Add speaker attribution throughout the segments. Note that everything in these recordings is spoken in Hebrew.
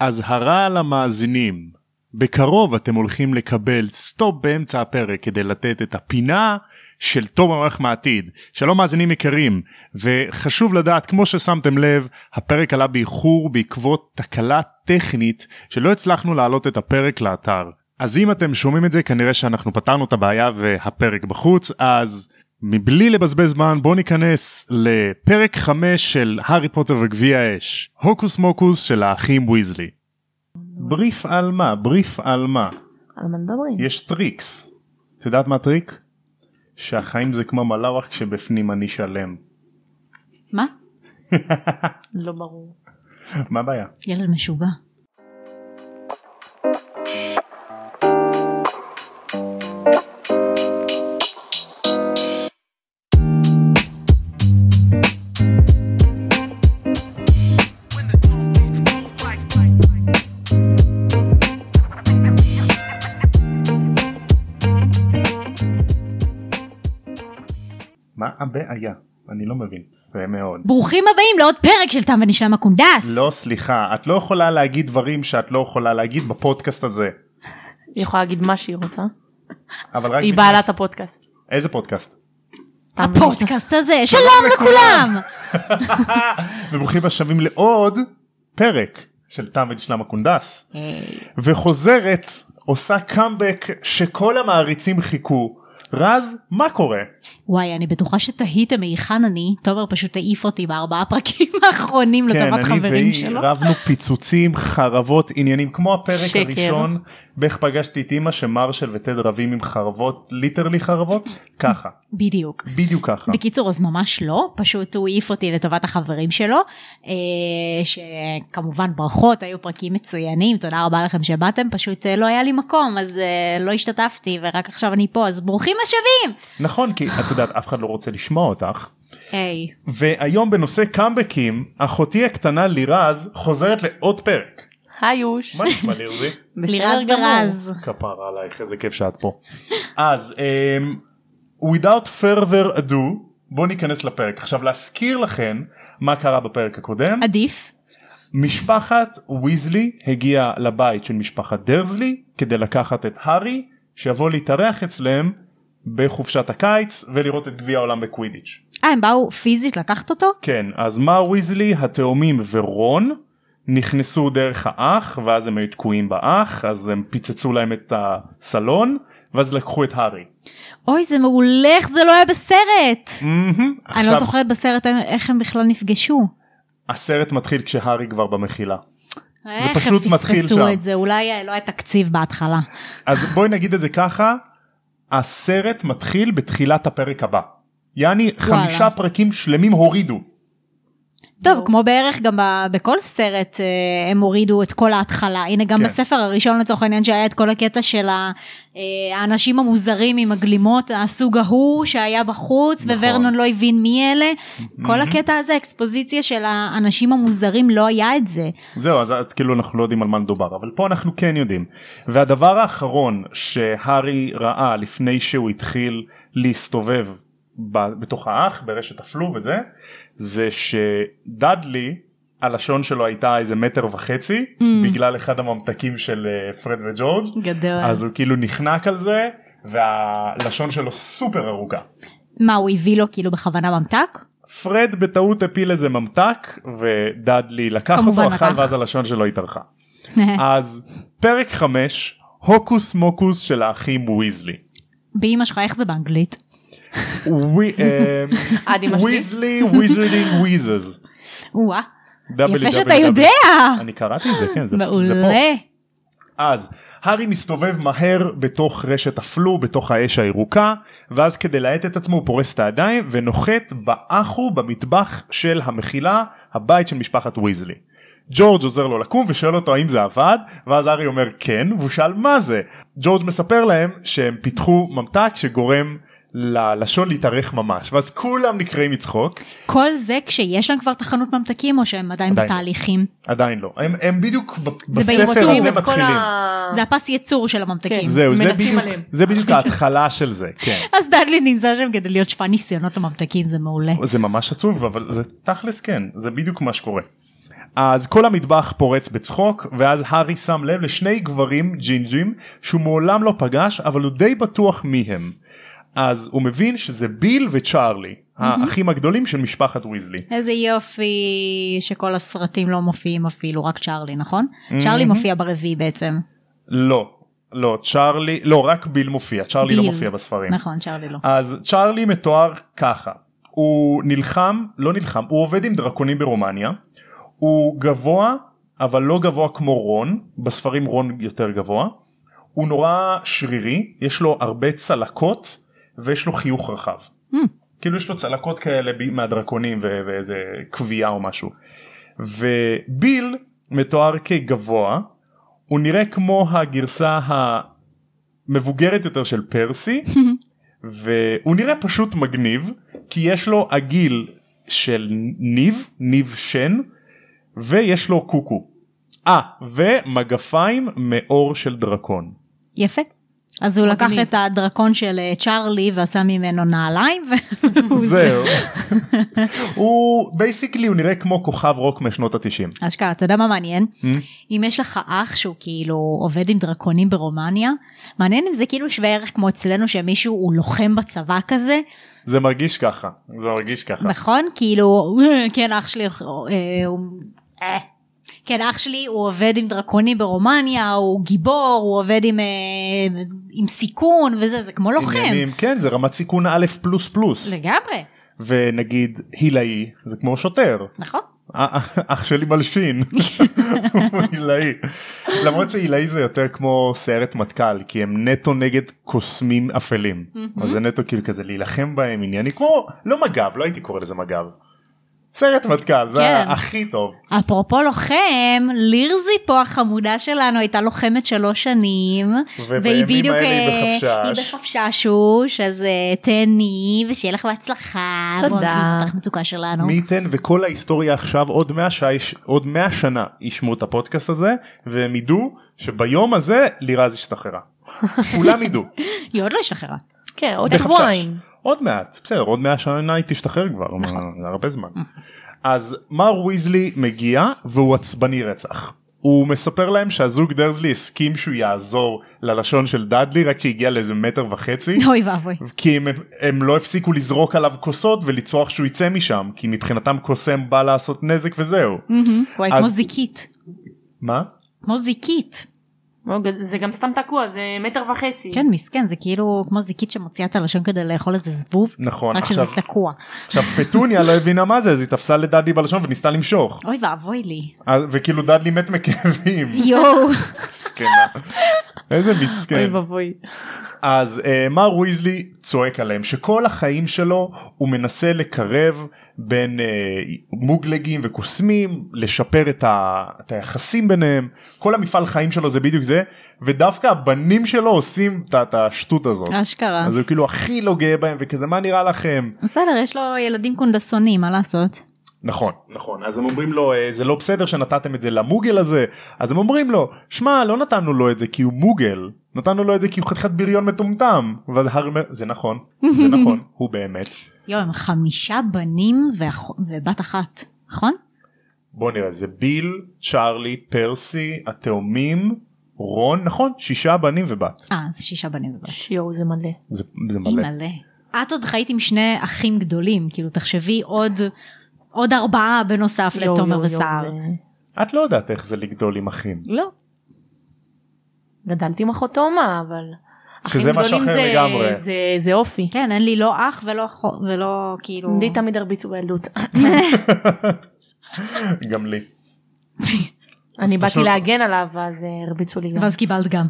Speaker 1: אזהרה למאזינים, בקרוב אתם הולכים לקבל סטופ באמצע הפרק כדי לתת את הפינה של תום המערכת מהעתיד. שלום מאזינים יקרים, וחשוב לדעת, כמו ששמתם לב, הפרק עלה באיחור בעקבות תקלה טכנית שלא הצלחנו להעלות את הפרק לאתר. אז אם אתם שומעים את זה, כנראה שאנחנו פתרנו את הבעיה והפרק בחוץ, אז מבלי לבזבז זמן בואו ניכנס לפרק 5 של הארי פוטר וגביע האש, הוקוס מוקוס של האחים ויזלי. בריף על מה? בריף על מה?
Speaker 2: על מה מדברים?
Speaker 1: יש טריקס. את יודעת מה הטריק? שהחיים זה כמו מלאווח כשבפנים אני שלם.
Speaker 2: מה? לא ברור.
Speaker 1: מה הבעיה?
Speaker 2: ילד משוגע.
Speaker 1: מה הבעיה? אני לא מבין. מאוד.
Speaker 2: ברוכים הבאים לעוד פרק של תם ונשלם הקונדס.
Speaker 1: לא סליחה, את לא יכולה להגיד דברים שאת לא יכולה להגיד בפודקאסט הזה.
Speaker 3: היא יכולה להגיד מה שהיא רוצה.
Speaker 1: אבל רק...
Speaker 3: היא
Speaker 1: בגלל-
Speaker 3: בעלת הפודקאסט.
Speaker 1: איזה פודקאסט?
Speaker 3: תם
Speaker 2: הפודקאסט הזה, שלום לכולם.
Speaker 1: וברוכים השבים לעוד פרק של תם ונשלם הקונדס.
Speaker 2: היי.
Speaker 1: וחוזרת עושה קאמבק שכל המעריצים חיכו רז מה קורה
Speaker 2: וואי, אני בטוחה שתהיתם היכן אני, תומר פשוט העיף אותי בארבעה הפרקים האחרונים לטובת
Speaker 1: כן, אני
Speaker 2: חברים
Speaker 1: והיא
Speaker 2: שלו.
Speaker 1: רבנו פיצוצים חרבות עניינים כמו הפרק
Speaker 3: שקר.
Speaker 1: הראשון באיך פגשתי את אמא שמרשל וטד רבים עם חרבות ליטרלי חרבות ככה
Speaker 2: בדיוק.
Speaker 1: בדיוק ככה
Speaker 2: בקיצור אז ממש לא, פשוט הוא העיף אותי לטובת החברים שלו, אה, שכמובן ברכות, היו פרקים מצוינים, תודה רבה לכם שבאתם, פשוט אה, לא היה לי מקום אז אה, לא השתתפתי ורק עכשיו אני פה, אז ברוכים השבים.
Speaker 1: נכון כי את יודעת אף אחד לא רוצה לשמוע אותך
Speaker 2: היי,
Speaker 1: והיום בנושא קאמבקים אחותי הקטנה לירז חוזרת לעוד פרק
Speaker 3: היוש.
Speaker 1: מה נשמע לירזי?
Speaker 3: בסדר
Speaker 2: לירז
Speaker 3: גמור.
Speaker 2: גרז.
Speaker 1: כפרה עלייך איזה כיף שאת פה. אז um, without further ado בוא ניכנס לפרק עכשיו להזכיר לכן מה קרה בפרק הקודם
Speaker 2: עדיף.
Speaker 1: משפחת ויזלי הגיעה לבית של משפחת דרזלי כדי לקחת את הארי שיבוא להתארח אצלם בחופשת הקיץ ולראות את גביע העולם בקווידיץ'.
Speaker 2: אה הם באו פיזית לקחת אותו?
Speaker 1: כן אז מה ויזלי התאומים ורון נכנסו דרך האח ואז הם היו תקועים באח אז הם פיצצו להם את הסלון ואז לקחו את הארי.
Speaker 2: אוי זה מעולה, איך זה לא היה בסרט.
Speaker 1: מהמם.
Speaker 2: אני לא
Speaker 1: עכשיו
Speaker 2: זוכרת בסרט איך הם בכלל נפגשו.
Speaker 1: הסרט מתחיל כשהארי כבר במחילה
Speaker 2: איך הם
Speaker 1: פשוט מתחיל
Speaker 2: פספסו
Speaker 1: שם.
Speaker 2: את זה, אולי אה, לא היה תקציב בהתחלה.
Speaker 1: אז בואי נגיד את זה ככה הסרט מתחיל בתחילת הפרק הבא. יעני חמישה פרקים שלמים הורידו לא.
Speaker 2: טוב, כמו בערך גם ב- בכל סרט אה, הם הורידו את כל ההתחלה. הנה, גם
Speaker 1: כן.
Speaker 2: בספר הראשון לצורך העניין שהיה את כל הקטע של ה- אה, האנשים המוזרים עם הגלימות, הסוג ההוא שהיה בחוץ,
Speaker 1: נכון. Mm-hmm.
Speaker 2: וורנון לא הבין מי אלה. כל הקטע הזה, האקספוזיציה של האנשים המוזרים, לא היה את זה.
Speaker 1: זהו אז את- כאילו אנחנו לא יודעים על מה מדובר אבל פה אנחנו כן יודעים והדבר האחרון שהארי ראה לפני שהוא התחיל להסתובב ב- בתוך האח ברשת הפלו וזה זה שדדלי הלשון שלו הייתה איזה מטר וחצי
Speaker 2: Mm.
Speaker 1: בגלל אחד הממתקים של אה, פרד וג'ורג'
Speaker 2: גדול.
Speaker 1: אז הוא כאילו נחנק על זה והלשון שלו סופר ארוכה.
Speaker 2: מה, הוא הביא לו כאילו בכוונה ממתק?
Speaker 1: פרד בטעות הפיל איזה ממתק ודדלי לקח
Speaker 2: כמובן
Speaker 1: אותו אכל
Speaker 2: לקח.
Speaker 1: ואז הלשון שלו התארכה. אז פרק 5 הוקוס מוקוס של האחים ויזלי.
Speaker 2: באמא שלך, איך זה באנגלית?
Speaker 1: ווי- אה,
Speaker 3: עד אמא שלי.
Speaker 1: ויזלי ויזלינג ויזז.
Speaker 2: וואה,
Speaker 1: דאבל
Speaker 2: יפה
Speaker 1: דאבל
Speaker 2: שאתה
Speaker 1: דאבל.
Speaker 2: יודע!
Speaker 1: אני קראתי את זה כן זה זה פה.
Speaker 2: מעולה.
Speaker 1: אז הארי מסתובב מהר בתוך רשת הפלו בתוך האש הירוקה ואז כדי להאט את עצמו הוא פורס את הידיים ונוחת באחו במטבח של המחילה הבית של משפחת ויזלי. ג'ורג' עוזר לו לקום ושואל אותו האם זה עבד ואז הארי אומר כן והוא שאל מה זה. ג'ורג' מספר להם שהם פיתחו ממתק שגורם ללשון להתארך ממש ואז כולם נקראים מצחוק
Speaker 2: כל זה כשיש להם כבר תחנות ממתקים, או שהם עדיין
Speaker 1: עדיין.
Speaker 2: בתהליכים?
Speaker 1: עדיין לא הם, הם בדיוק ב- בספר
Speaker 2: בהירוצים,
Speaker 1: הזה
Speaker 3: את כל
Speaker 1: מתחילים.
Speaker 3: ה-
Speaker 2: זה הפס ייצור של הממתקים.
Speaker 3: כן.
Speaker 1: זהו זה
Speaker 3: מנסים
Speaker 1: בדיוק,
Speaker 3: עליהם.
Speaker 1: זה בדיוק ההתחלה של זה כן.
Speaker 2: אז דדלי נמצא שם כדי להיות שפן
Speaker 1: אוקיי.
Speaker 2: ניסיונות לממתקים, זה מעולה.
Speaker 1: זה ממש עצוב אבל זה תכלס כן זה בדיוק מה שקורה. אז כל המטבח פורץ בצחוק ואז הארי שם לב לשני גברים ג'ינג'ים שהוא מעולם לא פגש אבל הוא די בטוח מי הם. אז הוא מבין שזה ביל וצ'ארלי האחים הגדולים של משפחת ויזלי.
Speaker 2: איזה יופי שכל הסרטים לא מופיעים אפילו, רק צ'ארלי, נכון?
Speaker 1: Mm-hmm.
Speaker 2: צ'ארלי מופיע ברביעי בעצם.
Speaker 1: לא לא צ'ארלי לא רק ביל מופיע צ'ארלי לא
Speaker 2: ביל.
Speaker 1: מופיע בספרים.
Speaker 2: נכון, צ'ארלי לא.
Speaker 1: אז צ'ארלי מתואר ככה הוא נלחם לא נלחם הוא עובד עם דרקונים ברומניה הוא גבוה אבל לא גבוה כמו רון בספרים רון יותר גבוה הוא נורא שרירי יש לו הרבה צלקות ויש לו חיוך רחב
Speaker 2: Hmm.
Speaker 1: כאילו יש לו צלקות כאלה ב- מהדרקונים ו- ואיזה כווייה או משהו וביל מתואר כגבוה הוא נראה כמו הגרסה המבוגרת יותר של פרסי והוא נראה פשוט מגניב כי יש לו עגיל של ניב ניב שן ויש לו קוקו. אה ומגפיים מאור של דרקון.
Speaker 2: יפה. אז הוא לקח
Speaker 3: מגניב.
Speaker 2: את הדרקון של אה, צ'ארלי ועשה ממנו נעליים. והוא
Speaker 1: זהו. הוא בייסיקלי הוא נראה כמו כוכב רוק משנות התשעים.
Speaker 2: אשכרה, אתה יודע מה מעניין?
Speaker 1: Mm.
Speaker 2: אם יש לך אח שהוא כאילו עובד עם דרקונים ברומניה, מעניין אם זה כאילו שווה ערך כמו אצלנו שמישהו הוא לוחם בצבא כזה,
Speaker 1: זה מרגיש ככה זה מרגיש ככה.
Speaker 2: נכון? כאילו, כן אח שלי, אה, הוא- אה. כן אח שלי הוא עובד עם דרקונים ברומניה, הוא גיבור, הוא עובד עם, אה, עם סיכון וזה, זה כמו לוחם.
Speaker 1: עניינים, כן זה רמת סיכון א' פלוס פלוס
Speaker 2: לא לגמרי,
Speaker 1: ונגיד הילאי זה כמו שוטר.
Speaker 2: נכון?
Speaker 1: אה, אח שלי מלשין הוא עילאי למרות שעילאי זה יותר כמו סיירת מטכ"ל כי הם נטו נגד קוסמים אפלים אז זה נטו כאילו כזה להילחם בהם ענייני כמו לא מג"ב לא הייתי קורא לזה מג"ב. סיירת מטכ"ל זה
Speaker 2: כן.
Speaker 1: הכי טוב
Speaker 2: אפרופו לוחם, לירזי פה החמודה שלנו הייתה לוחמת שלוש שנים. והיא
Speaker 1: ובימים
Speaker 2: בדיוק,
Speaker 1: האלה היא
Speaker 2: אה,
Speaker 1: בחפשש.
Speaker 2: היא בחפששוש, אז אה, תהני ושיהיה לך בהצלחה.
Speaker 3: תודה.
Speaker 2: בואו נפעיל אותך מצוקה שלנו.
Speaker 1: מי ייתן וכל ההיסטוריה עכשיו עוד 100 שעה עוד 100 שנה ישמעו את הפודקאסט הזה והם ידעו שביום הזה לירז השתחררה. כולם ידעו.
Speaker 2: היא עוד לא השתחררה.
Speaker 3: כן, עוד
Speaker 1: בחפשש.
Speaker 3: שבועיים. נכון.
Speaker 1: עוד מעט בסדר עוד 100 שנה היא תשתחרר כבר זה הרבה זמן. אז מר ויזלי מגיע והוא עצבני רצח. הוא מספר להם שהזוג דרזלי הסכים שהוא יעזור ללשון של דאדלי רק שהגיע לאיזה מטר וחצי
Speaker 2: אוי ואבוי.
Speaker 3: לא.
Speaker 1: כי הם, הם לא הפסיקו לזרוק עליו כוסות ולצרוח שהוא יצא משם כי מבחינתם קוסם בא לעשות נזק וזהו.
Speaker 2: וואי,
Speaker 1: אז-
Speaker 2: כמו זיקית.
Speaker 1: מה?
Speaker 2: כמו זיקית.
Speaker 3: מאוד גד- זה גם סתם תקוע, זה מטר וחצי.
Speaker 2: כן, מסכן, זה כאילו כמו זיקית שמוציאה את הלשון כדי לאכול איזה זבוב.
Speaker 1: נכון
Speaker 2: רק שזה
Speaker 1: עכשיו,
Speaker 2: תקוע.
Speaker 1: עכשיו פטוניה לא הבינה מה זה אז היא תפסה לדאדלי בלשון וניסתה למשוך
Speaker 2: אוי ואבוי לי.
Speaker 1: אז- וכאילו דאדלי מת מכאבים
Speaker 3: לא.
Speaker 2: יואו.
Speaker 1: מסכנה איזה מסכן
Speaker 3: אוי ואבוי.
Speaker 1: אז אה, מר ויזלי צועק עליהם שכל החיים שלו הוא מנסה לקרב בין אה, מוגלגים וקוסמים לשפר את, ה, את היחסים ביניהם כל המפעל חיים שלו זה בדיוק זה ודווקא הבנים שלו עושים את- את השטות הזאת
Speaker 2: אשכרה.
Speaker 1: אז הוא כאילו הכי לא גאה בהם וכזה מה נראה לכם
Speaker 2: בסדר, יש לו ילדים קונדסונים, מה לעשות?
Speaker 1: נכון נכון אז הם אומרים לו "אה, זה לא בסדר שנתתם את זה למוגל הזה אז הם אומרים לו שמע לא נתנו לו את זה כי הוא מוגל נתנו לו את זה כי הוא חתיכת בריון מטומטם ואז הארי אומר, זה נכון זה נכון הוא באמת
Speaker 2: יואו, הם חמישה בנים ואח- ובת אחת, נכון?
Speaker 1: בוא נראה זה ביל צ'ארלי פרסי התאומים רון נכון שישה בנים ובת
Speaker 2: אה, אז שישה בנים ובת.
Speaker 3: שיואו, זה מלא.
Speaker 1: זה, זה מלא
Speaker 2: אימא'לה. את עוד חיית עם שני אחים גדולים, כאילו תחשבי עוד, עוד ארבעה בנוסף
Speaker 3: יואו,
Speaker 2: לתומר
Speaker 3: יואו, יואו,
Speaker 2: וסער.
Speaker 3: זה-
Speaker 1: את לא יודעת איך זה לגדול עם אחים
Speaker 2: לא.
Speaker 3: גדלתי עם אחותו מה, אבל...
Speaker 1: שזה
Speaker 3: אחים
Speaker 1: משהו
Speaker 3: גדולים
Speaker 1: אחר
Speaker 3: זה-
Speaker 1: לגמרי.
Speaker 3: זה- זה אופי.
Speaker 2: כן, אין לי לא אח ולא אחות ולא כאילו...
Speaker 3: לי תמיד הרביצו בילדות.
Speaker 1: גם לי
Speaker 3: אני באתי
Speaker 1: פשוט-
Speaker 3: להגן עליו, אז אה, הרביצו לי גם.
Speaker 2: ואז קיבלת גם.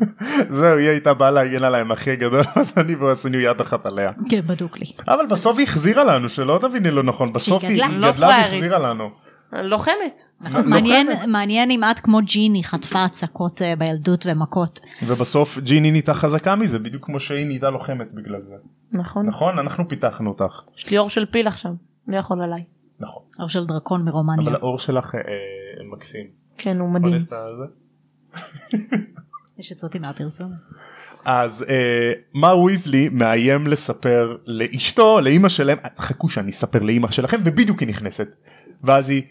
Speaker 1: זהו היא הייתה באה להגן עליי עם אחי הגדול אז אני ועשינו יד אחת עליה.
Speaker 2: כן, בדוק לי.
Speaker 1: אבל בסוף היא החזירה לנו שלא תביני לא נכון בסוף
Speaker 2: שהיא
Speaker 1: היא
Speaker 2: גדלה.
Speaker 1: היא
Speaker 3: לא
Speaker 1: גדלה
Speaker 3: פראיירית.
Speaker 1: והחזירה לנו.
Speaker 3: לוחמת.
Speaker 2: מעניין, מעניין אם את כמו ג'יני חטפה הצקות אה, בילדות ומכות.
Speaker 1: ובסוף ג'יני נהייתה חזקה מזה בדיוק כמו שהיא נהייתה לוחמת בגלל זה
Speaker 3: נכון.
Speaker 1: נכון אנחנו פיתחנו אותך
Speaker 3: יש לי אור של פיל עכשיו. לא יכול עליי.
Speaker 1: נכון
Speaker 2: אור של דרקון
Speaker 1: אבל
Speaker 2: מרומניה.
Speaker 1: האור שלך אה, אה, מקסים. נכון,
Speaker 3: כן, הוא מדהים.
Speaker 1: אונס את הזה.
Speaker 2: יש עצות עם הפרסומת.
Speaker 1: אז אה, מר ויזלי מאיים לספר לאשתו לאימא שלהם "אה, חכו שאני אספר לאימא שלכם ובדיוק היא נכנסת ואז היא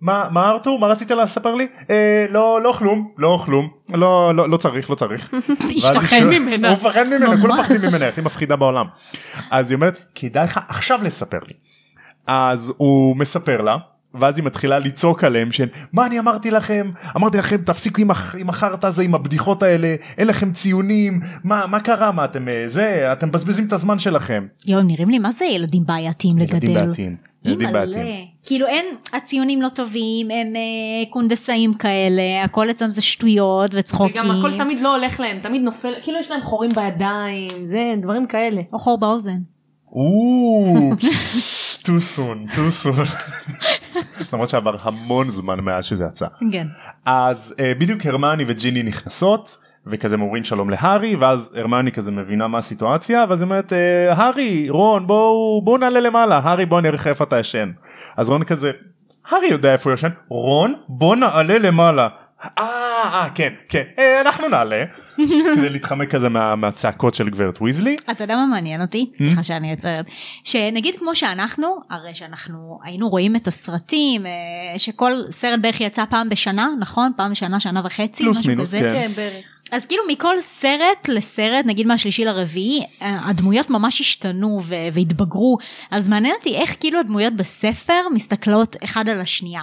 Speaker 1: מה מה ארתור מה רצית לספר לי אה, לא לא כלום לא כלום לא לא לא צריך לא צריך. ואז היא
Speaker 2: השתחרר.
Speaker 1: שואלת-
Speaker 3: ממנה.
Speaker 1: הוא מפחד ממנה כולם
Speaker 2: ממש.
Speaker 1: מפחדים ממנה הכי מפחידה בעולם. אז היא אומרת כדאי לך עכשיו לספר לי. אז הוא מספר לה. ואז היא מתחילה לצעוק עליהם של מה אני אמרתי לכם אמרתי לכם תפסיקו עם, הח- עם החרטא הזה עם הבדיחות האלה אין לכם ציונים מה מה קרה מה אתם אה, זה אתם מבזבזים את הזמן שלכם.
Speaker 2: יואו, הם נראים לי מה זה ילדים בעייתיים לגדל.
Speaker 1: ילדים בעתיים. ילדים
Speaker 2: אימא'לה.
Speaker 1: בעתיים.
Speaker 2: כאילו אין, הציונים לא טובים, הם אה, קונדסאים כאלה, הכל אצלם זה שטויות וצחוקים.
Speaker 3: וגם הכל תמיד לא הולך להם, תמיד נופל, כאילו יש להם חורים בידיים, זה, דברים כאלה.
Speaker 2: או חור באוזן.
Speaker 1: או, too soon, too soon. למרות שעבר המון זמן מאז שזה יצא.
Speaker 2: כן.
Speaker 1: אז אה, בדיוק הרמני וג'יני נכנסות וכזה הם אומרים שלום להארי ואז הרמני כזה מבינה מה הסיטואציה ואז היא אומרת אה, הארי רון בואו בואו נעלה למעלה הארי בוא נראה לך איפה אתה ישן. אז רון כזה הארי יודע איפה הוא ישן רון בוא נעלה למעלה. אה אה, כן כן אה, אנחנו נעלה כדי להתחמק כזה מה, מהצעקות של גברת ויזלי
Speaker 2: אתה יודע מה מעניין
Speaker 1: Hmm?
Speaker 2: אותי? סליחה שאני עוצרת. שנגיד כמו שאנחנו, הרי שאנחנו היינו רואים את הסרטים, אה, שכל סרט בערך יצא פעם בשנה, נכון? פעם בשנה, שנה וחצי,
Speaker 1: פלוס
Speaker 2: משהו
Speaker 1: מינוס,
Speaker 2: כזה.
Speaker 1: כן.
Speaker 3: כן, בערך.
Speaker 2: אז כאילו מכל סרט לסרט, נגיד מהשלישי לרביעי, אה, הדמויות ממש השתנו ו- והתבגרו, אז מעניין אותי איך כאילו הדמויות בספר מסתכלות אחד על השנייה.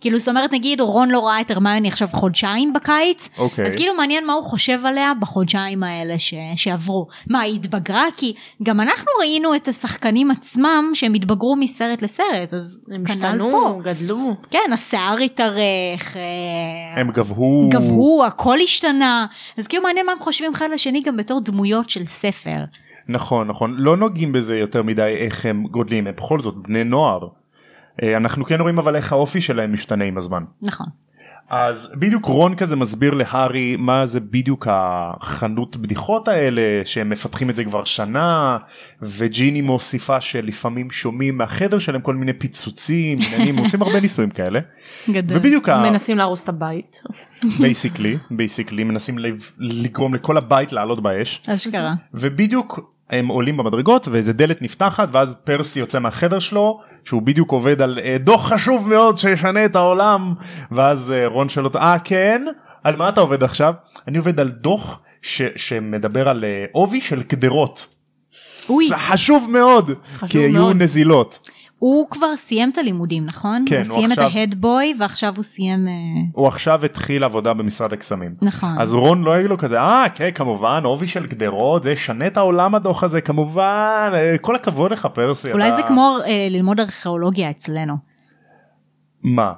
Speaker 2: כאילו זאת אומרת נגיד רון לא ראה את הרמיוני עכשיו חודשיים בקיץ,
Speaker 1: אוקיי.
Speaker 2: אז כאילו מעניין מה הוא חושב עליה בחודשיים האלה ש- שעברו. מה, היא התבגרה? כי גם אנחנו ראינו את השחקנים עצמם שהם התבגרו מסרט לסרט, אז
Speaker 3: הם
Speaker 2: כנ"ל
Speaker 3: השתנו,
Speaker 2: פה.
Speaker 3: גדלו.
Speaker 2: כן, השיער התארך, אה,
Speaker 1: הם גבהו
Speaker 2: גבהו, הכל השתנה. אז כאילו מעניין מה הם חושבים אחד לשני גם בתור דמויות של ספר.
Speaker 1: נכון נכון לא נוגעים בזה יותר מדי איך הם גודלים הם בכל זאת בני נוער. אה, אנחנו כן רואים אבל איך האופי שלהם משתנה עם הזמן.
Speaker 2: נכון.
Speaker 1: אז בדיוק רון כזה מסביר להארי מה זה בדיוק החנות בדיחות האלה שהם מפתחים את זה כבר שנה וג'יני מוסיפה שלפעמים שומעים מהחדר שלהם כל מיני פיצוצים עניינים עושים הרבה ניסויים כאלה
Speaker 2: גדול.
Speaker 1: ובדיוק ה-
Speaker 3: מנסים להרוס את הבית.
Speaker 1: basically basically מנסים לב- לגרום לכל הבית לעלות באש.
Speaker 2: אשכרה.
Speaker 1: ובדיוק הם עולים במדרגות ואיזה דלת נפתחת ואז פרסי יוצא מהחדר שלו שהוא בדיוק עובד על אה, דוח חשוב מאוד שישנה את העולם ואז אה, רון שואל אותו אה כן על מה אתה עובד עכשיו אני עובד על דוח ש- שמדבר על אה, עובי של קדרות.
Speaker 2: אוי.
Speaker 1: זה חשוב מאוד
Speaker 3: חשוב
Speaker 1: כי היו
Speaker 3: מאוד.
Speaker 1: נזילות
Speaker 2: הוא כבר סיים את הלימודים, נכון?
Speaker 1: כן, הוא
Speaker 2: הוא סיים את
Speaker 1: עכשיו-
Speaker 2: ההדבוי ועכשיו הוא סיים... אה,
Speaker 1: הוא עכשיו התחיל עבודה במשרד הקסמים.
Speaker 2: נכון.
Speaker 1: אז רון לא יגיד לו כזה אה כן כמובן עובי של גדרות זה ישנה את העולם הדוח הזה כמובן אה, כל הכבוד לך פרסי.
Speaker 2: אולי
Speaker 1: אתה-
Speaker 2: זה כמו אה, ללמוד ארכיאולוגיה אצלנו.
Speaker 1: מה?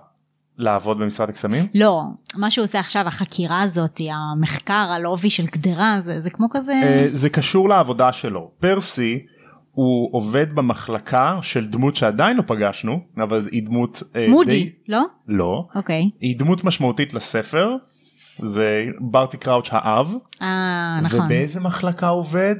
Speaker 1: לעבוד במשרד הקסמים?
Speaker 3: כן.
Speaker 2: לא, מה שהוא עושה עכשיו, החקירה הזאת, המחקר על עובי של קדרה, זה, זה כמו כזה...
Speaker 1: אה, זה קשור לעבודה שלו. פרסי הוא עובד במחלקה של דמות שעדיין לא פגשנו אבל היא דמות אה,
Speaker 2: מודי,
Speaker 1: די-
Speaker 2: לא?
Speaker 1: לא
Speaker 2: אוקיי.
Speaker 1: היא דמות משמעותית לספר זה ברטי קראוץ' האב
Speaker 2: אה, נכון.
Speaker 1: ובאיזה מחלקה הוא עובד?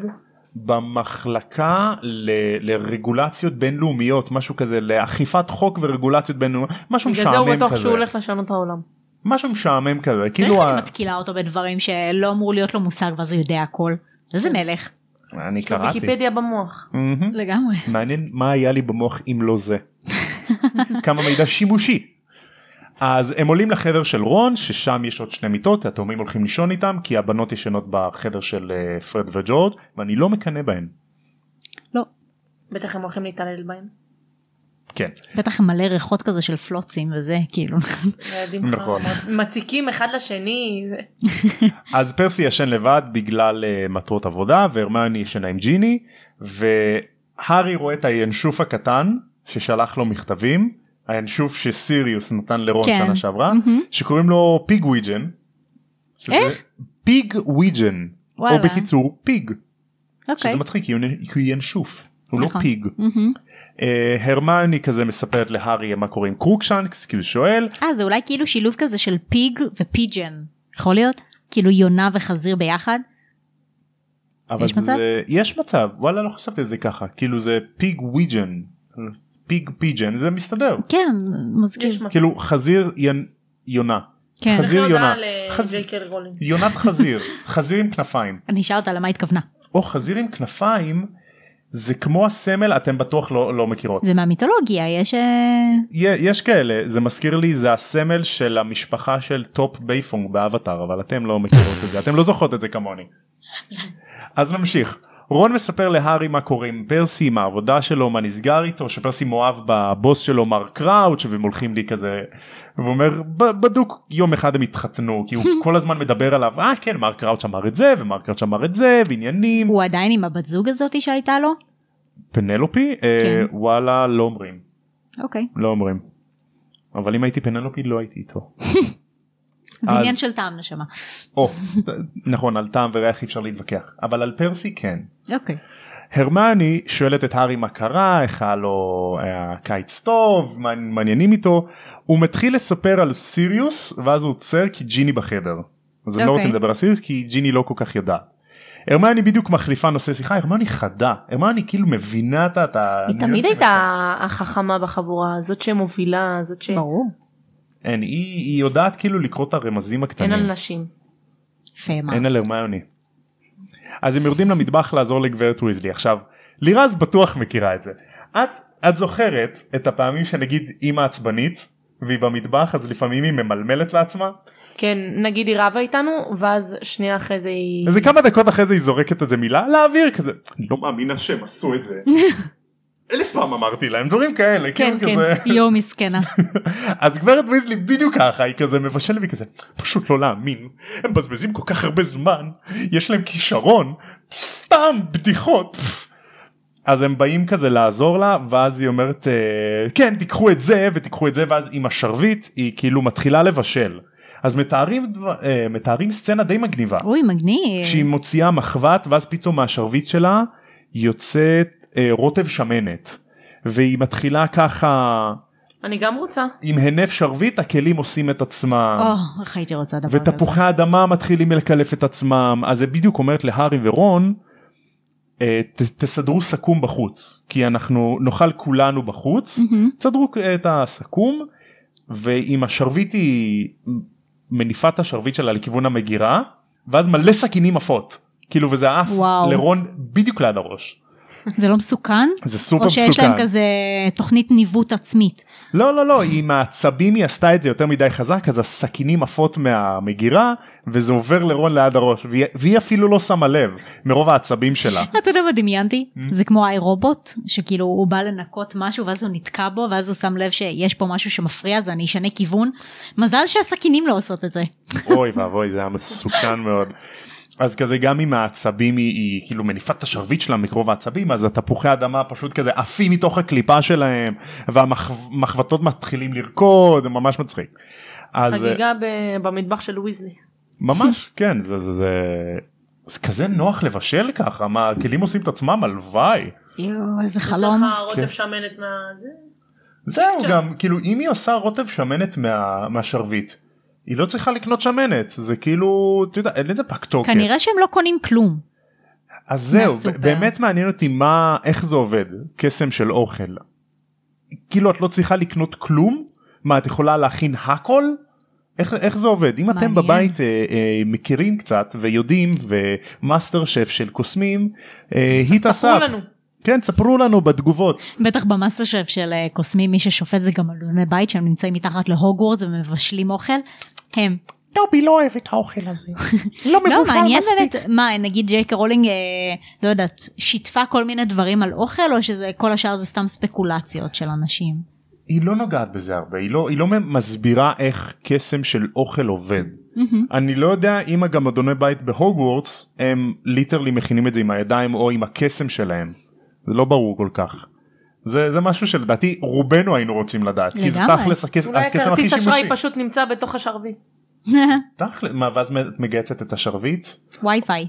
Speaker 1: במחלקה ל, לרגולציות בינלאומיות משהו כזה לאכיפת חוק ורגולציות בינלאומיות משהו
Speaker 3: בגלל זה הוא
Speaker 1: משעמם
Speaker 3: בטוח שהוא
Speaker 1: כזה
Speaker 3: הולך לשנות את העולם.
Speaker 1: משהו משעמם כזה
Speaker 2: כאילו...
Speaker 1: כאילו ה-
Speaker 2: אני מתקילה אותו בדברים שלא אמור להיות לו מושג ואז הוא יודע הכל. איזה מלך.
Speaker 1: אני
Speaker 3: יש לו
Speaker 1: קראתי
Speaker 3: ויקיפדיה במוח.
Speaker 1: מהמם.
Speaker 2: לגמרי.
Speaker 1: מעניין מה היה לי במוח אם לא זה. כמה מידע שימושי. אז הם עולים לחדר של רון ששם יש עוד שני מיטות התאומים הולכים לישון איתם כי הבנות ישנות בחדר של אה, פרד וג'ורג' ואני לא מקנא בהן.
Speaker 2: לא.
Speaker 3: בטח הם הולכים להתעלל בהם.
Speaker 1: כן.
Speaker 2: בטח מלא ריחות כזה של פלוצים וזה כאילו.
Speaker 3: ילדים
Speaker 1: נכון.
Speaker 3: חמוד. מציקים אחד לשני. זה-
Speaker 1: אז פרסי ישן לבד בגלל אה, מטרות עבודה והרמני ישנה עם ג'יני והארי רואה את הינשוף הקטן ששלח לו מכתבים הינשוף שסיריוס נתן לרון
Speaker 2: כן.
Speaker 1: שנה שעברה
Speaker 2: מהמם.
Speaker 1: שקוראים לו פיג וויג'ן. שזה-
Speaker 2: איך?
Speaker 1: פיג וויג'ן. או
Speaker 2: וואלה.
Speaker 1: בקיצור פיג.
Speaker 2: אוקיי.
Speaker 1: שזה מצחיק כי הוא נ- כי הוא ינשוף. הוא לא
Speaker 2: נכון.
Speaker 1: פיג.
Speaker 2: מהמם.
Speaker 1: אה, הרמיוני כזה מספרת להארי מה קורה עם קרוקשנקס כי הוא שואל
Speaker 2: אה זה אולי כאילו שילוב כזה של פיג ופיג'ן. יכול להיות? כאילו יונה וחזיר ביחד?
Speaker 1: אבל
Speaker 2: יש מצב?
Speaker 1: זה- יש מצב וואלה לא חשבתי על זה ככה כאילו זה פיג וויג'ן פיג פיג'ן זה מסתדר
Speaker 2: כן, מזכיר.
Speaker 3: יש מצב.
Speaker 1: כאילו חזיר ין- יונה
Speaker 2: כן.
Speaker 1: חזיר
Speaker 3: צריך
Speaker 1: יונה.
Speaker 3: הודעה
Speaker 1: חזיר.
Speaker 3: לג'ייקל רולינג.
Speaker 1: יונת חזיר חזיר עם כנפיים
Speaker 2: אני אשאל אותה למה התכוונה.
Speaker 1: או חזיר עם כנפיים זה כמו הסמל אתם בטוח לא, לא מכירות.
Speaker 2: זה מהמיתולוגיה, יש... אה,
Speaker 1: יה- יש כאלה זה מזכיר לי זה הסמל של המשפחה של טופ בייפונג באבטאר אבל אתם לא מכירות את זה אתם לא זוכרות את זה כמוני. אז נמשיך רון מספר להארי מה קורה עם פרסי עם העבודה שלו מה נסגר איתו שפרסי מאוהב בבוס שלו מר קראוץ' והם הולכים לי כזה והוא אומר "ב- בדוק יום אחד הם התחתנו כי הוא כל הזמן מדבר עליו אה כן מר קראוץ' אמר את זה ומר קראוץ' אמר את זה ועניינים
Speaker 2: הוא עדיין עם הבת זוג הזאתי שהייתה לו?
Speaker 1: פנלופי אה,
Speaker 2: כן.
Speaker 1: וואלה לא אומרים
Speaker 2: אוקיי.
Speaker 1: לא אומרים. אבל אם הייתי פנלופי לא הייתי איתו.
Speaker 2: זה
Speaker 1: אז-
Speaker 2: עניין של טעם נשמה.
Speaker 1: או, נכון על טעם וריח אי אפשר להתווכח אבל על פרסי כן.
Speaker 2: אוקיי.
Speaker 1: הרמני שואלת את הארי מה קרה איך היה לו היה קיץ טוב מה מעניינים איתו הוא מתחיל לספר על סיריוס ואז הוא עוצר כי ג'יני בחדר. אז הם לא
Speaker 2: אוקיי.
Speaker 1: רוצים לדבר על סיריוס כי ג'יני לא כל כך יודעת. הרמני בדיוק מחליפה נושא שיחה הרמני חדה הרמני כאילו מבינה את ה... את ה-
Speaker 3: היא תמיד
Speaker 1: הניואנסים
Speaker 3: הייתה
Speaker 1: שלך.
Speaker 3: החכמה בחבורה, זאת שמובילה, זאת ש...
Speaker 2: ברור.
Speaker 1: אין, היא, היא יודעת כאילו לקרוא את הרמזים
Speaker 3: אין
Speaker 1: הקטנים.
Speaker 3: על נשים.
Speaker 2: יפה אמרת.
Speaker 1: אין על הרמיוני. אז הם יורדים למטבח לעזור לגברת ויזלי עכשיו לירז בטוח מכירה את זה את את זוכרת את הפעמים שנגיד אימא עצבנית והיא במטבח אז לפעמים היא ממלמלת לעצמה
Speaker 3: כן, נגיד היא רבה איתנו, ואז שנייה אחרי זה היא...
Speaker 1: איזה כמה דקות אחרי זה היא זורקת איזה מילה לאוויר כזה אני לא מאמינה שהם עשו את זה אלף פעם אמרתי להם דברים כאלה
Speaker 3: כן,
Speaker 1: כאילו
Speaker 3: כן.
Speaker 1: כזה.
Speaker 2: יואו מסכנה.
Speaker 1: אז גברת ויזלי בדיוק ככה היא כזה מבשלת והיא כזה פשוט לא להאמין הם מבזבזים כל כך הרבה זמן יש להם כישרון סתם בדיחות. אז הם באים כזה לעזור לה ואז היא אומרת "אה, כן תיקחו את זה ותיקחו את זה ואז עם השרביט היא כאילו מתחילה לבשל. אז מתארים דבר- אה, מתארים סצנה די מגניבה
Speaker 2: אוי מגניב.
Speaker 1: שהיא מוציאה מחבת ואז פתאום מהשרביט שלה יוצאת אה, רוטב שמנת והיא מתחילה ככה
Speaker 3: אני גם רוצה.
Speaker 1: עם הנף שרביט הכלים עושים את עצמם
Speaker 2: או, איך הייתי רוצה דבר כזה.
Speaker 1: ותפוחי האדמה מתחילים לקלף את עצמם אז זה בדיוק אומרת להארי ורון אה, ת, תסדרו סכו"ם בחוץ כי אנחנו נאכל כולנו בחוץ
Speaker 2: מהמם.
Speaker 1: תסדרו אה, את הסכו"ם ועם השרביט היא מניפה את השרביט שלה לכיוון המגירה ואז מלא סכינים עפות כאילו וזה עף
Speaker 2: וואו.
Speaker 1: לרון בדיוק ליד הראש
Speaker 2: זה לא מסוכן?
Speaker 1: זה סופר
Speaker 2: או
Speaker 1: מסוכן.
Speaker 2: שיש להם כזה תוכנית ניווט עצמית.
Speaker 1: לא לא לא עם העצבים היא עשתה את זה יותר מדי חזק אז הסכינים עפות מהמגירה וזה עובר לרון ליד הראש והיא, והיא אפילו לא שמה לב מרוב העצבים שלה.
Speaker 2: אתה יודע מה דמיינתי?
Speaker 1: Mm.
Speaker 2: זה כמו איי רובוט, שכאילו הוא בא לנקות משהו ואז הוא נתקע בו ואז הוא שם לב שיש פה משהו שמפריע אז אני אשנה כיוון. מזל שהסכינים לא עושות את זה.
Speaker 1: אוי ואבוי זה היה מסוכן מאוד. אז כזה גם עם העצבים היא, היא כאילו מניפה את השרביט שלה מקרוב העצבים אז התפוחי אדמה פשוט כזה עפים מתוך הקליפה שלהם והמחבטות מתחילים לרקוד זה ממש מצחיק. אז אה,
Speaker 3: חגיגה ב- במטבח של ויזלי.
Speaker 1: ממש כן זה זה זה זה כזה נוח לבשל ככה מה הכלים עושים את עצמם הלוואי.
Speaker 2: יואו איזה חלום.
Speaker 3: צריך רוטב
Speaker 1: כן.
Speaker 3: שמנת מה... זה?
Speaker 1: זהו
Speaker 2: כן.
Speaker 3: עכשיו-
Speaker 1: גם כאילו אם היא עושה רוטב שמנת מה, מהשרביט היא לא צריכה לקנות שמנת זה כאילו אתה יודע אין לזה פג תוקף
Speaker 2: כנראה שהם לא קונים כלום.
Speaker 1: אז זהו
Speaker 2: מהסופר.
Speaker 1: ב- באמת מעניין אותי מה איך זה עובד קסם של אוכל כאילו את לא צריכה לקנות כלום מה את יכולה להכין הכל. איך, איך זה עובד אם
Speaker 2: מעניין.
Speaker 1: אתם בבית אה, אה, מכירים קצת ויודעים ומאסטר שף של קוסמים אה, היא תעשה
Speaker 3: ספרו לנו.
Speaker 1: כן ספרו לנו בתגובות
Speaker 2: בטח במאסטר שף של אה, קוסמים מי ששופט זה גם עלוני בית שהם נמצאים מתחת להוגוורטס ומבשלים אוכל. הם.
Speaker 1: טובי לא אוהב את האוכל הזה
Speaker 2: לא מעניין באמת מה נגיד ג'ייקה רולינג אה, לא יודעת שיתפה כל מיני דברים על אוכל או שזה כל השאר זה סתם ספקולציות של אנשים.
Speaker 1: היא לא נוגעת בזה הרבה היא לא היא לא מסבירה איך קסם של אוכל עובד אני לא יודע אם גם אדוני בית בהוגוורטס הם ליטרלי מכינים את זה עם הידיים או עם הקסם שלהם זה לא ברור כל כך. זה זה משהו שלדעתי רובנו היינו רוצים לדעת כי זה
Speaker 2: לגמרי.
Speaker 1: תכלס הקס-
Speaker 3: אולי
Speaker 1: הקסם הכי
Speaker 3: הכרטיס
Speaker 1: שימושי.
Speaker 3: אשראי פשוט נמצא בתוך השרביט.
Speaker 1: תכל'ס, מה ואז את מגייצת את השרביט
Speaker 2: ווי פיי.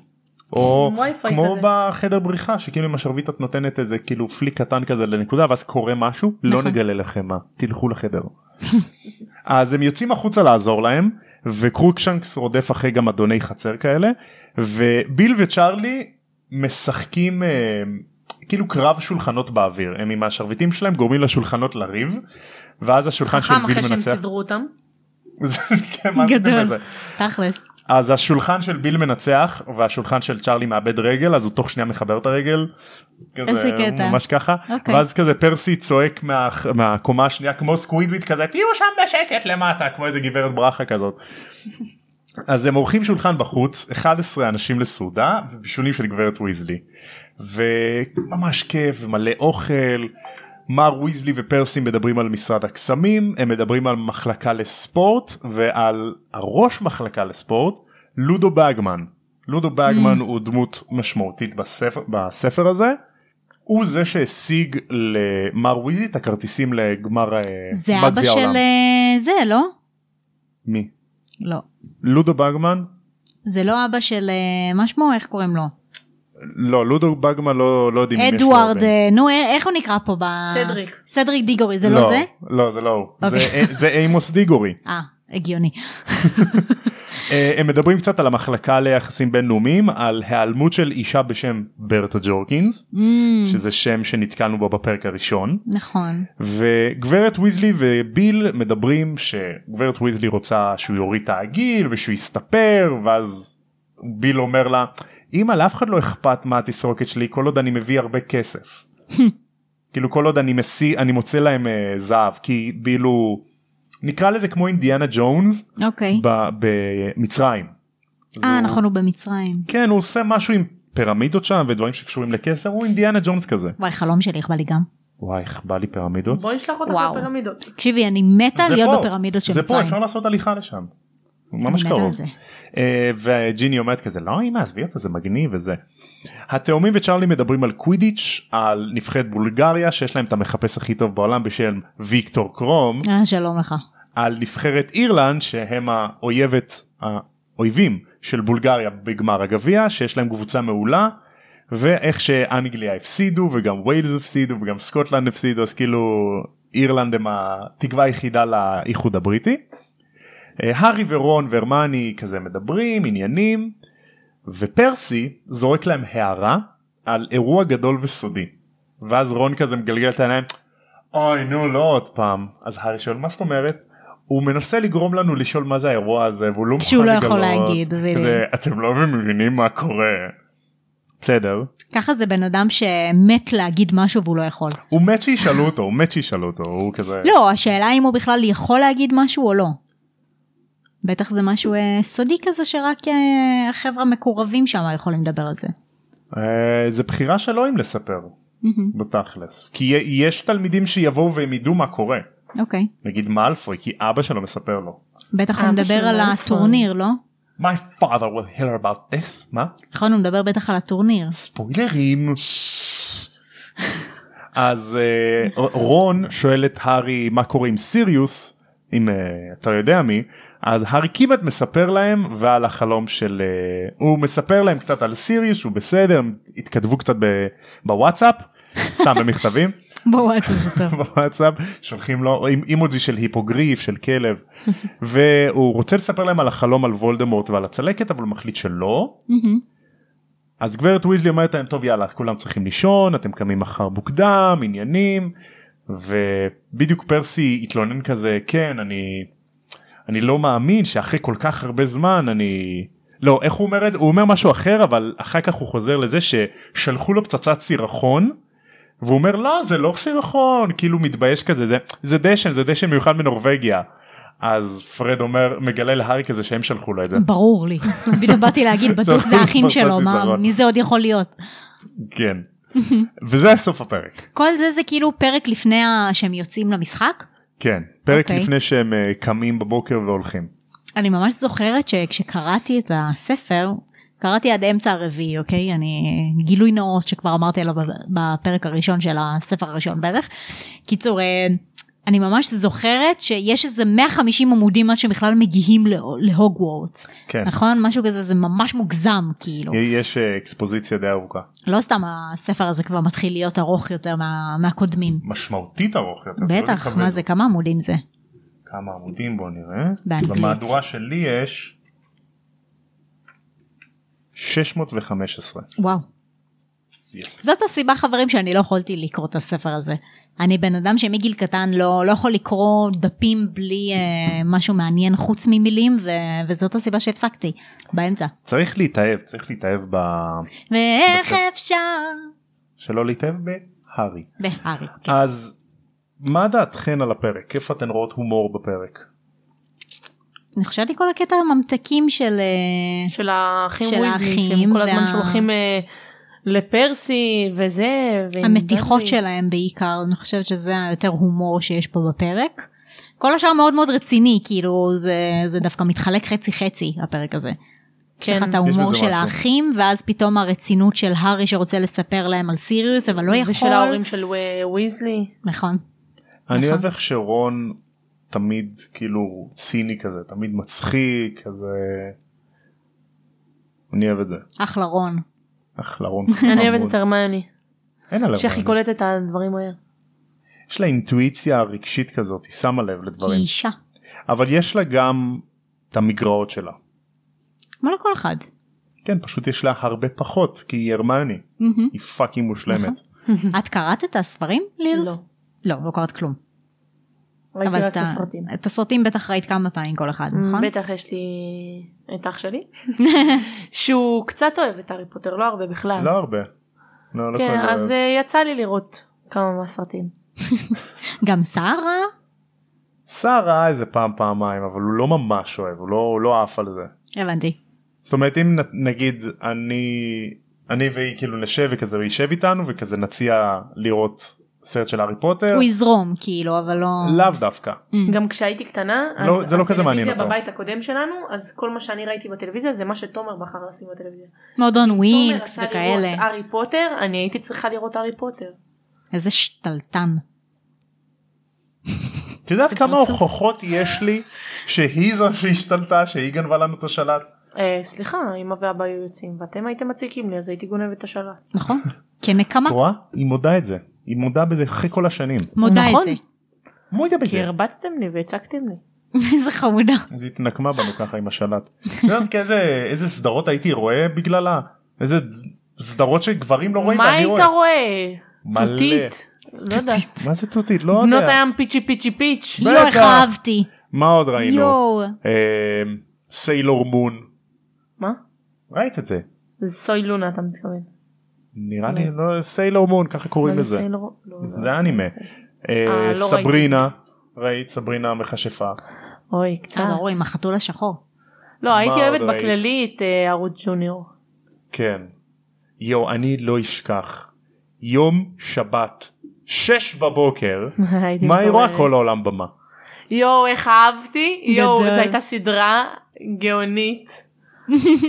Speaker 1: או
Speaker 3: עם Wi-Fi
Speaker 1: כמו
Speaker 3: כזה.
Speaker 1: בחדר בריחה שכאילו עם השרביט את נותנת איזה כאילו פליק קטן כזה לנקודה ואז קורה משהו לא
Speaker 2: נכון.
Speaker 1: נגלה לכם מה תלכו לחדר. אז הם יוצאים החוצה לעזור להם וקרוקשנקס רודף אחרי גם אדוני חצר כאלה וביל וצ'ארלי משחקים אה, כאילו קרב שולחנות באוויר הם עם השרביטים שלהם גורמים לשולחנות לריב ואז השולחן של
Speaker 3: חכם
Speaker 1: ביל
Speaker 3: אחרי שהם
Speaker 1: מנצח.
Speaker 3: סידרו אותם.
Speaker 1: זה- כן, מה עשיתם
Speaker 2: גדול.
Speaker 1: בזה? כן,
Speaker 2: תכלס.
Speaker 1: אז השולחן של ביל מנצח והשולחן של צ'ארלי מאבד רגל אז הוא תוך שנייה מחבר את הרגל. כזה,
Speaker 2: איזה קטע.
Speaker 1: ממש ככה.
Speaker 2: אוקיי.
Speaker 1: ואז כזה פרסי צועק מה, מהקומה השנייה כמו סקווידוויד כזה תהיו שם בשקט למטה כמו איזה גברת ברכה כזאת. אז הם עורכים שולחן בחוץ 11 אנשים לסעודה ובישולים של גברת ויזלי. וממש כיף ומלא אוכל. מר ויזלי ופרסי מדברים על משרד הקסמים הם מדברים על מחלקה לספורט ועל הראש מחלקה לספורט לודו בגמן. לודו
Speaker 2: Mm.
Speaker 1: בגמן הוא דמות משמעותית בספר, בספר הזה. הוא זה שהשיג למר ויזלי את הכרטיסים לגמר אה,
Speaker 2: זה
Speaker 1: גמר
Speaker 2: אבא
Speaker 1: גביע
Speaker 2: של
Speaker 1: העולם.
Speaker 2: אה, זה, לא?
Speaker 1: מי?
Speaker 2: לא.
Speaker 1: לודו בגמן?
Speaker 2: זה לא אבא של אה, מה שמו, איך קוראים לו?
Speaker 1: לא לודו בגמן לא, לא יודעים אם יש לו
Speaker 2: אדוארד,
Speaker 1: בן.
Speaker 2: אה, נו אה, איך הוא נקרא פה? ב...
Speaker 3: סדריק.
Speaker 2: סדריק דיגורי, זה לא זה?
Speaker 1: לא זה לא הוא. זה,
Speaker 2: אוקיי.
Speaker 1: זה אימוס דיגורי.
Speaker 2: אה, הגיוני.
Speaker 1: אה, הם מדברים קצת על המחלקה ליחסים בינלאומיים על היעלמות של אישה בשם ברטה ג'ורקינס
Speaker 2: Mm,
Speaker 1: שזה שם שנתקלנו בו בפרק הראשון
Speaker 2: נכון.
Speaker 1: וגברת ויזלי וביל מדברים שגברת ויזלי רוצה שהוא יוריד את העגיל ושהוא יסתפר ואז ביל אומר לה אמא לאף אחד לא אכפת מה התסרוקת שלי כל עוד אני מביא הרבה כסף. כאילו כל עוד אני מסי אני מוצא להם אה, זהב כי ביל הוא נקרא לזה כמו אינדיאנה ג'ונס
Speaker 2: אוקיי.
Speaker 1: ב- במצרים. אז
Speaker 2: אה,
Speaker 1: הוא-
Speaker 2: נכון, הוא במצרים.
Speaker 1: כן הוא עושה משהו עם פירמידות שם ודברים שקשורים לכסף הוא אינדיאנה ג'ונס כזה.
Speaker 2: וואי, חלום שלי, איך בא לי גם.
Speaker 1: וואי איך בא לי פירמידות.
Speaker 3: בוא נשלח אותך
Speaker 2: וואו.
Speaker 3: לפירמידות.
Speaker 2: תקשיבי, אני מתה
Speaker 1: זה
Speaker 2: להיות
Speaker 1: פה,
Speaker 2: בפירמידות של
Speaker 1: זה פה
Speaker 2: מצרים.
Speaker 1: אפשר לעשות הליכה לשם.
Speaker 2: אני
Speaker 1: ממש
Speaker 2: מתה על
Speaker 1: קרוב.
Speaker 2: זה.
Speaker 1: אה, וג'יני אומרת כזה לא אמא עזבי אותה זה מגניב וזה. התאומים וצ'רלי מדברים על קווידיץ' על נבחרת בולגריה שיש להם את המחפש הכי טוב בעולם בשם ויקטור קרום
Speaker 2: אה, שלום לך.
Speaker 1: על נבחרת אירלנד שהם האויבת האויבים של בולגריה בגמר הגביע שיש להם קבוצה מעולה ואיך שאנגליה הפסידו וגם ויילס הפסידו וגם סקוטלנד הפסידו אז כאילו אירלנד הם התקווה היחידה לאיחוד הבריטי. אה, הארי ורון והרמני כזה מדברים עניינים ופרסי זורק להם הערה על אירוע גדול וסודי ואז רון כזה מגלגל את העיניים אוי נו לא עוד פעם אז הארי שואל מה זאת אומרת. הוא מנסה לגרום לנו לשאול מה זה האירוע הזה והוא לא
Speaker 2: כשהוא
Speaker 1: מוכן
Speaker 2: לא יכול
Speaker 1: לגלות.
Speaker 2: להגיד, בדיוק.
Speaker 1: כזה, אתם לא מבינים מה קורה. בסדר.
Speaker 2: ככה זה בן אדם שמת להגיד משהו והוא לא יכול.
Speaker 1: הוא מת שישאלו אותו הוא מת שישאלו אותו הוא כזה
Speaker 2: לא, השאלה אם הוא בכלל יכול להגיד משהו או לא. בטח זה משהו אה, סודי כזה שרק אה, החבר'ה המקורבים שם יכולים לדבר על זה.
Speaker 1: אה, זה בחירה שלו אם לספר בתכלס כי יה- יש תלמידים שיבואו והם ידעו מה קורה
Speaker 2: אוקיי.
Speaker 1: נגיד מאלפוי כי אבא שלו מספר לו.
Speaker 2: בטח הוא
Speaker 3: אבא
Speaker 2: מדבר
Speaker 3: של
Speaker 2: על
Speaker 3: אלפון.
Speaker 2: הטורניר, לא?
Speaker 1: My father will hear about this מה?
Speaker 2: נכון, הוא מדבר בטח על הטורניר.
Speaker 1: ספוילרים. אז אה, רון שואל את הארי מה קורה עם סיריוס אם אה, אתה יודע מי אז הארי כמעט מספר להם ועל החלום של אה, הוא מספר להם קצת על סיריוס שהוא בסדר הם התכתבו קצת ב- בוואטסאפ סתם במכתבים
Speaker 2: בואו, עצם זה טוב.
Speaker 1: בוואטסאפ שולחים לו עם אימוג'י של היפוגריף של כלב והוא רוצה לספר להם על החלום על וולדמורט ועל הצלקת אבל הוא מחליט שלא
Speaker 2: מהמם.
Speaker 1: אז גברת ויזלי אומרת להם טוב יאללה כולם צריכים לישון אתם קמים מחר מוקדם עניינים ובדיוק פרסי התלונן כזה כן אני אני לא מאמין שאחרי כל כך הרבה זמן אני לא איך הוא אומר את זה הוא אומר משהו אחר אבל אחר כך הוא חוזר לזה ששלחו לו פצצת סירחון. והוא אומר לא זה לא סירחון כאילו מתבייש כזה זה זה דשן זה דשן מיוחד מנורבגיה אז פרד אומר מגלה להארי כזה שהם שלחו לו את זה
Speaker 2: ברור לי. בדיוק באתי להגיד, בטוח זה האחים שלו, מה-
Speaker 1: זיזרון.
Speaker 2: מי זה עוד יכול להיות?
Speaker 1: כן וזה סוף הפרק.
Speaker 2: כל זה זה כאילו פרק לפני ה- שהם יוצאים למשחק?
Speaker 1: כן, פרק okay.
Speaker 2: אוקיי.
Speaker 1: לפני שהם אה, קמים בבוקר והולכים.
Speaker 2: אני ממש זוכרת שכשקראתי את הספר, קראתי עד אמצע הרביעי, אוקיי? אני גילוי נאות שכבר אמרתי עליו בפרק הראשון של הספר הראשון בערך. קיצור, אה, אני ממש זוכרת שיש איזה 150 עמודים עד שבכלל מגיעים להו- להוגוורטס.
Speaker 1: כן.
Speaker 2: נכון? משהו כזה, זה ממש מוגזם, כאילו.
Speaker 1: יש אה, אקספוזיציה די ארוכה.
Speaker 2: לא סתם הספר הזה כבר מתחיל להיות ארוך יותר מה, מהקודמים.
Speaker 1: משמעותית ארוך יותר. לא
Speaker 2: בטח,
Speaker 1: מתכוון.
Speaker 2: מה זה, כמה עמודים זה?
Speaker 1: כמה עמודים בוא נראה.
Speaker 2: באנגלית.
Speaker 1: במהדורה שלי יש 615.
Speaker 2: וואו.
Speaker 1: Yes.
Speaker 2: זאת הסיבה חברים שאני לא יכולתי לקרוא את הספר הזה. אני בן אדם שמגיל קטן לא, לא יכול לקרוא דפים בלי אה, משהו מעניין חוץ ממילים ו, וזאת הסיבה שהפסקתי באמצע.
Speaker 1: צריך להתאהב, צריך להתאהב ב...
Speaker 2: ואיך
Speaker 1: בסדר.
Speaker 2: אפשר
Speaker 1: שלא להתאהב בהארי.
Speaker 2: בהארי.
Speaker 1: אז מה דעתכן על הפרק? איפה אתן רואות הומור בפרק?
Speaker 2: אני חושבת שכל הקטע הממתקים של אה,
Speaker 3: של האחים
Speaker 2: של
Speaker 3: ויזלי,
Speaker 2: האחים
Speaker 3: שהם כל הזמן
Speaker 2: וה-
Speaker 3: שולחים אה, לפרסי וזה. ועם
Speaker 2: המתיחות
Speaker 3: דדלי.
Speaker 2: שלהם בעיקר, אני חושבת שזה היותר הומור שיש פה בפרק. כל השאר מאוד מאוד רציני, כאילו זה, זה דווקא מתחלק חצי חצי הפרק הזה. יש לך
Speaker 3: כן.
Speaker 2: את ההומור
Speaker 1: בזה
Speaker 2: של
Speaker 1: משהו.
Speaker 2: האחים, ואז פתאום הרצינות של הארי שרוצה לספר להם על סיריוס, אבל לא יכול.
Speaker 3: ושל ההורים של ו- ויזלי.
Speaker 2: נכון.
Speaker 1: אני
Speaker 2: נכון.
Speaker 1: אוהב איך שרון תמיד כאילו ציני כזה, תמיד מצחיק, כזה... אני אוהב את זה.
Speaker 2: אחלה רון.
Speaker 1: אחלה רון.
Speaker 3: אני
Speaker 1: חמוד. לא,
Speaker 3: אוהבת את הרמיוני.
Speaker 1: אין עליו.
Speaker 3: שאיך היא
Speaker 1: רעיון.
Speaker 3: קולטת את הדברים מהר.
Speaker 1: יש לה אינטואיציה רגשית כזאת, היא שמה לב
Speaker 2: כי היא
Speaker 1: לדברים.
Speaker 2: אישה.
Speaker 1: אבל יש לה גם את המגרעות שלה.
Speaker 2: כמו לכל אחד.
Speaker 1: כן, פשוט יש לה הרבה פחות, כי היא הרמני.
Speaker 2: מהמם.
Speaker 1: היא פאקינג מושלמת.
Speaker 3: נכון.
Speaker 2: את קראת את הספרים, לירס?
Speaker 3: לא.
Speaker 2: לא, לא קראת כלום.
Speaker 3: ראיתי
Speaker 2: אבל
Speaker 3: רק את הסרטים.
Speaker 2: את הסרטים בטח ראית כמה פעמים כל אחד, נכון?
Speaker 3: בטח יש לי את אח שלי שהוא קצת אוהב את הארי פוטר לא הרבה בכלל.
Speaker 1: לא הרבה. לא, לא
Speaker 3: כן
Speaker 1: כזה-
Speaker 3: אז אה, יצא לי לראות כמה מהסרטים.
Speaker 2: גם שרה?
Speaker 1: שר ראה איזה פעם פעמיים אבל הוא לא ממש אוהב הוא לא, הוא לא עף על זה
Speaker 2: הבנתי.
Speaker 1: זאת אומרת אם נ- נגיד אני אני והיא כאילו נשב וכזה הוא יישב איתנו וכזה נציע לראות סרט של הארי פוטר
Speaker 2: הוא יזרום כאילו, אבל לא...
Speaker 1: אה. לאו דווקא
Speaker 2: Mm.
Speaker 3: גם כשהייתי קטנה אז
Speaker 1: לא, זה לא כזה מעניין
Speaker 3: הטלוויזיה
Speaker 1: אותו.
Speaker 3: בבית הקודם שלנו אז כל מה שאני ראיתי בטלוויזיה זה מה שתומר בחר לשים בטלוויזיה.
Speaker 2: מועדון
Speaker 3: תומר
Speaker 2: ווינקס
Speaker 3: רצה
Speaker 2: וכאלה.
Speaker 3: לראות הארי פוטר אני הייתי צריכה לראות הארי פוטר.
Speaker 2: איזה שתלטן.
Speaker 1: את יודעת
Speaker 2: זה
Speaker 1: כמה
Speaker 2: פרצוף.
Speaker 1: הוכחות יש לי שהיא זו שהשתלטה שהיא גנבה לנו את השלט
Speaker 3: אה, סליחה אמא ואבא היו יוצאים ואתם הייתם מציקים לי אז הייתי גונבת את השלט.
Speaker 2: נכון? כנקמה.
Speaker 1: את רואה היא מודה את זה היא מודה בזה אחרי כל השנים
Speaker 2: מודה את
Speaker 3: נכון.
Speaker 2: זה.
Speaker 1: מודה
Speaker 3: כי
Speaker 1: בזה
Speaker 2: כן.
Speaker 3: הרבצתם לי והצקתם לי.
Speaker 2: איזה חמודה.
Speaker 1: אז היא התנקמה בנו ככה עם השלט. את יודעת איזה איזה סדרות הייתי רואה בגללה איזה סדרות שגברים לא רואים
Speaker 3: מה
Speaker 1: ואני
Speaker 3: היית
Speaker 1: רואה.
Speaker 3: רואה?
Speaker 1: מלא.
Speaker 3: תותית. לא יודעת.
Speaker 1: מה זה תותית? לא
Speaker 3: בנות
Speaker 1: יודע.
Speaker 3: הים פיצ'י פיצ'י פיץ'.
Speaker 1: בטח.
Speaker 2: יואו, איך אהבתי.
Speaker 1: מה עוד ראינו?
Speaker 2: יואו.
Speaker 1: אמ, סיילור מון.
Speaker 3: מה?
Speaker 1: ראית את זה?
Speaker 3: זה סוי לונה אתה מתכוון.
Speaker 1: נראה לי לא סיילור מון ככה קוראים
Speaker 3: מה
Speaker 1: לזה.
Speaker 3: סיילור- לא,
Speaker 1: זה אנימה.
Speaker 3: לא סיילור.
Speaker 1: אה,
Speaker 3: אה, לא ראיתי.
Speaker 1: סברינה. ראית סברינה המכשפה.
Speaker 3: אוי קצת.
Speaker 2: אה, ברור, עם החתול השחור.
Speaker 3: לא הייתי
Speaker 1: מה
Speaker 3: אוהבת
Speaker 1: עוד ראית?
Speaker 3: בכללי את אה, ערוץ ג'וניור.
Speaker 1: כן. יואו אני לא אשכח. יום שבת. שש בבוקר.
Speaker 3: הייתי
Speaker 1: מה היא רואה
Speaker 3: מטורללת.
Speaker 1: כל העולם במה?
Speaker 3: יואו איך אהבתי. יואו
Speaker 2: גדול.
Speaker 3: זו הייתה סדרה גאונית.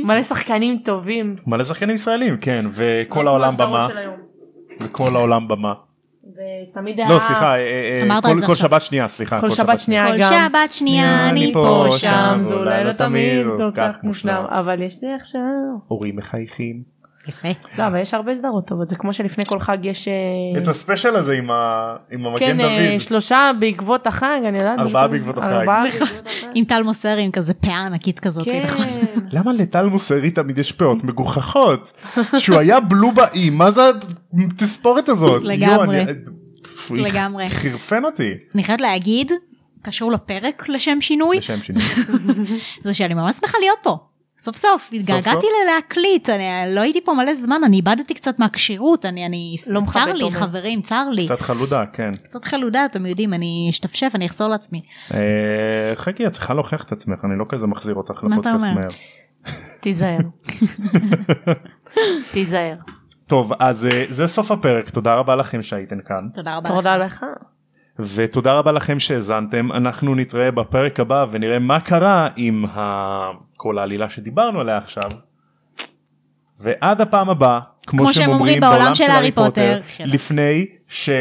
Speaker 3: מלא שחקנים טובים.
Speaker 1: מלא שחקנים ישראלים כן וכל העולם
Speaker 3: כמו הסדרות
Speaker 1: במה
Speaker 3: של אה, היום.
Speaker 1: וכל העולם במה
Speaker 3: ותמיד היה
Speaker 1: לא סליחה אה, אה, אה,
Speaker 2: אמרת
Speaker 1: כל-
Speaker 2: את זה
Speaker 1: כל
Speaker 2: עכשיו.
Speaker 1: שבת שנייה סליחה
Speaker 3: כל שבת שנייה
Speaker 2: כל
Speaker 3: אה, גם.
Speaker 2: שבת שנייה אני פה שם.
Speaker 1: זה
Speaker 3: זה
Speaker 1: אולי
Speaker 3: אולי
Speaker 1: לא
Speaker 3: לא תמיד
Speaker 1: תמיד
Speaker 3: כל
Speaker 1: כל
Speaker 3: כך
Speaker 1: כך
Speaker 3: מושלם
Speaker 1: מושלם.
Speaker 3: אבל יש לי עכשיו.
Speaker 1: הורים מחייכים
Speaker 2: יפה.
Speaker 3: לא אבל יש הרבה סדרות טובות זה כמו שלפני כל חג יש. אה,
Speaker 1: את הספיישל הזה עם ה- עם המגן
Speaker 3: כן, אה,
Speaker 1: דוד
Speaker 3: שלושה בעקבות החג, אני יודעת.
Speaker 1: ארבעה
Speaker 3: משהו כזה.
Speaker 1: בעקבות
Speaker 3: ארבעה
Speaker 1: החג.
Speaker 3: בעקבות החג.
Speaker 2: עם טל מוסר עם כזה פאה ענקית כזאת. נכון?
Speaker 3: כן.
Speaker 1: למה לטל מוסרי תמיד יש פאות מגוחכות שהוא היה בלו באי מה זה התספורת הזאת
Speaker 2: לגמרי.
Speaker 1: יואו, אני- פו, היא
Speaker 2: לגמרי.
Speaker 1: חירפן אותי
Speaker 2: אני חייבת להגיד, קשור לפרק לשם שינוי,
Speaker 1: לשם שינוי
Speaker 2: זה שאני ממש שמחה להיות פה. סוף סוף,
Speaker 1: סוף?
Speaker 2: התגעגעתי ללהקליט, אני לא הייתי פה מלא זמן, אני איבדתי קצת מהכשירות, אני, אני,
Speaker 3: לא מכבד,
Speaker 2: צר לי
Speaker 3: תומר.
Speaker 2: חברים, צר לי.
Speaker 1: קצת חלודה כן
Speaker 2: קצת חלודה, אתם יודעים, אני אשתפשף, אני אחזור לעצמי.
Speaker 1: אה, חכי את צריכה להוכיח את עצמך אני לא כזה מחזיר אותך
Speaker 2: מה אתה
Speaker 1: לפודקאסט
Speaker 2: אומר?
Speaker 1: מהר.
Speaker 3: תיזהר. תיזהר.
Speaker 1: טוב אז אה, זה סוף הפרק תודה רבה לכם שהייתם כאן
Speaker 2: תודה רבה.
Speaker 3: תודה לך.
Speaker 1: ותודה רבה לכם שהאזנתם אנחנו נתראה בפרק הבא ונראה מה קרה עם ה... כל העלילה שדיברנו עליה עכשיו. ועד הפעם הבאה כמו,
Speaker 2: כמו שהם אומרים בעולם של הארי פוטר, כן.
Speaker 1: לפני שגובת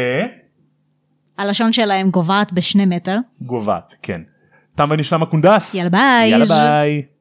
Speaker 2: הלשון שלהם גוועת בשני מטר.
Speaker 1: כן תם ונשלם הקונדס
Speaker 2: יאללה ביי.
Speaker 1: יאללה ביי.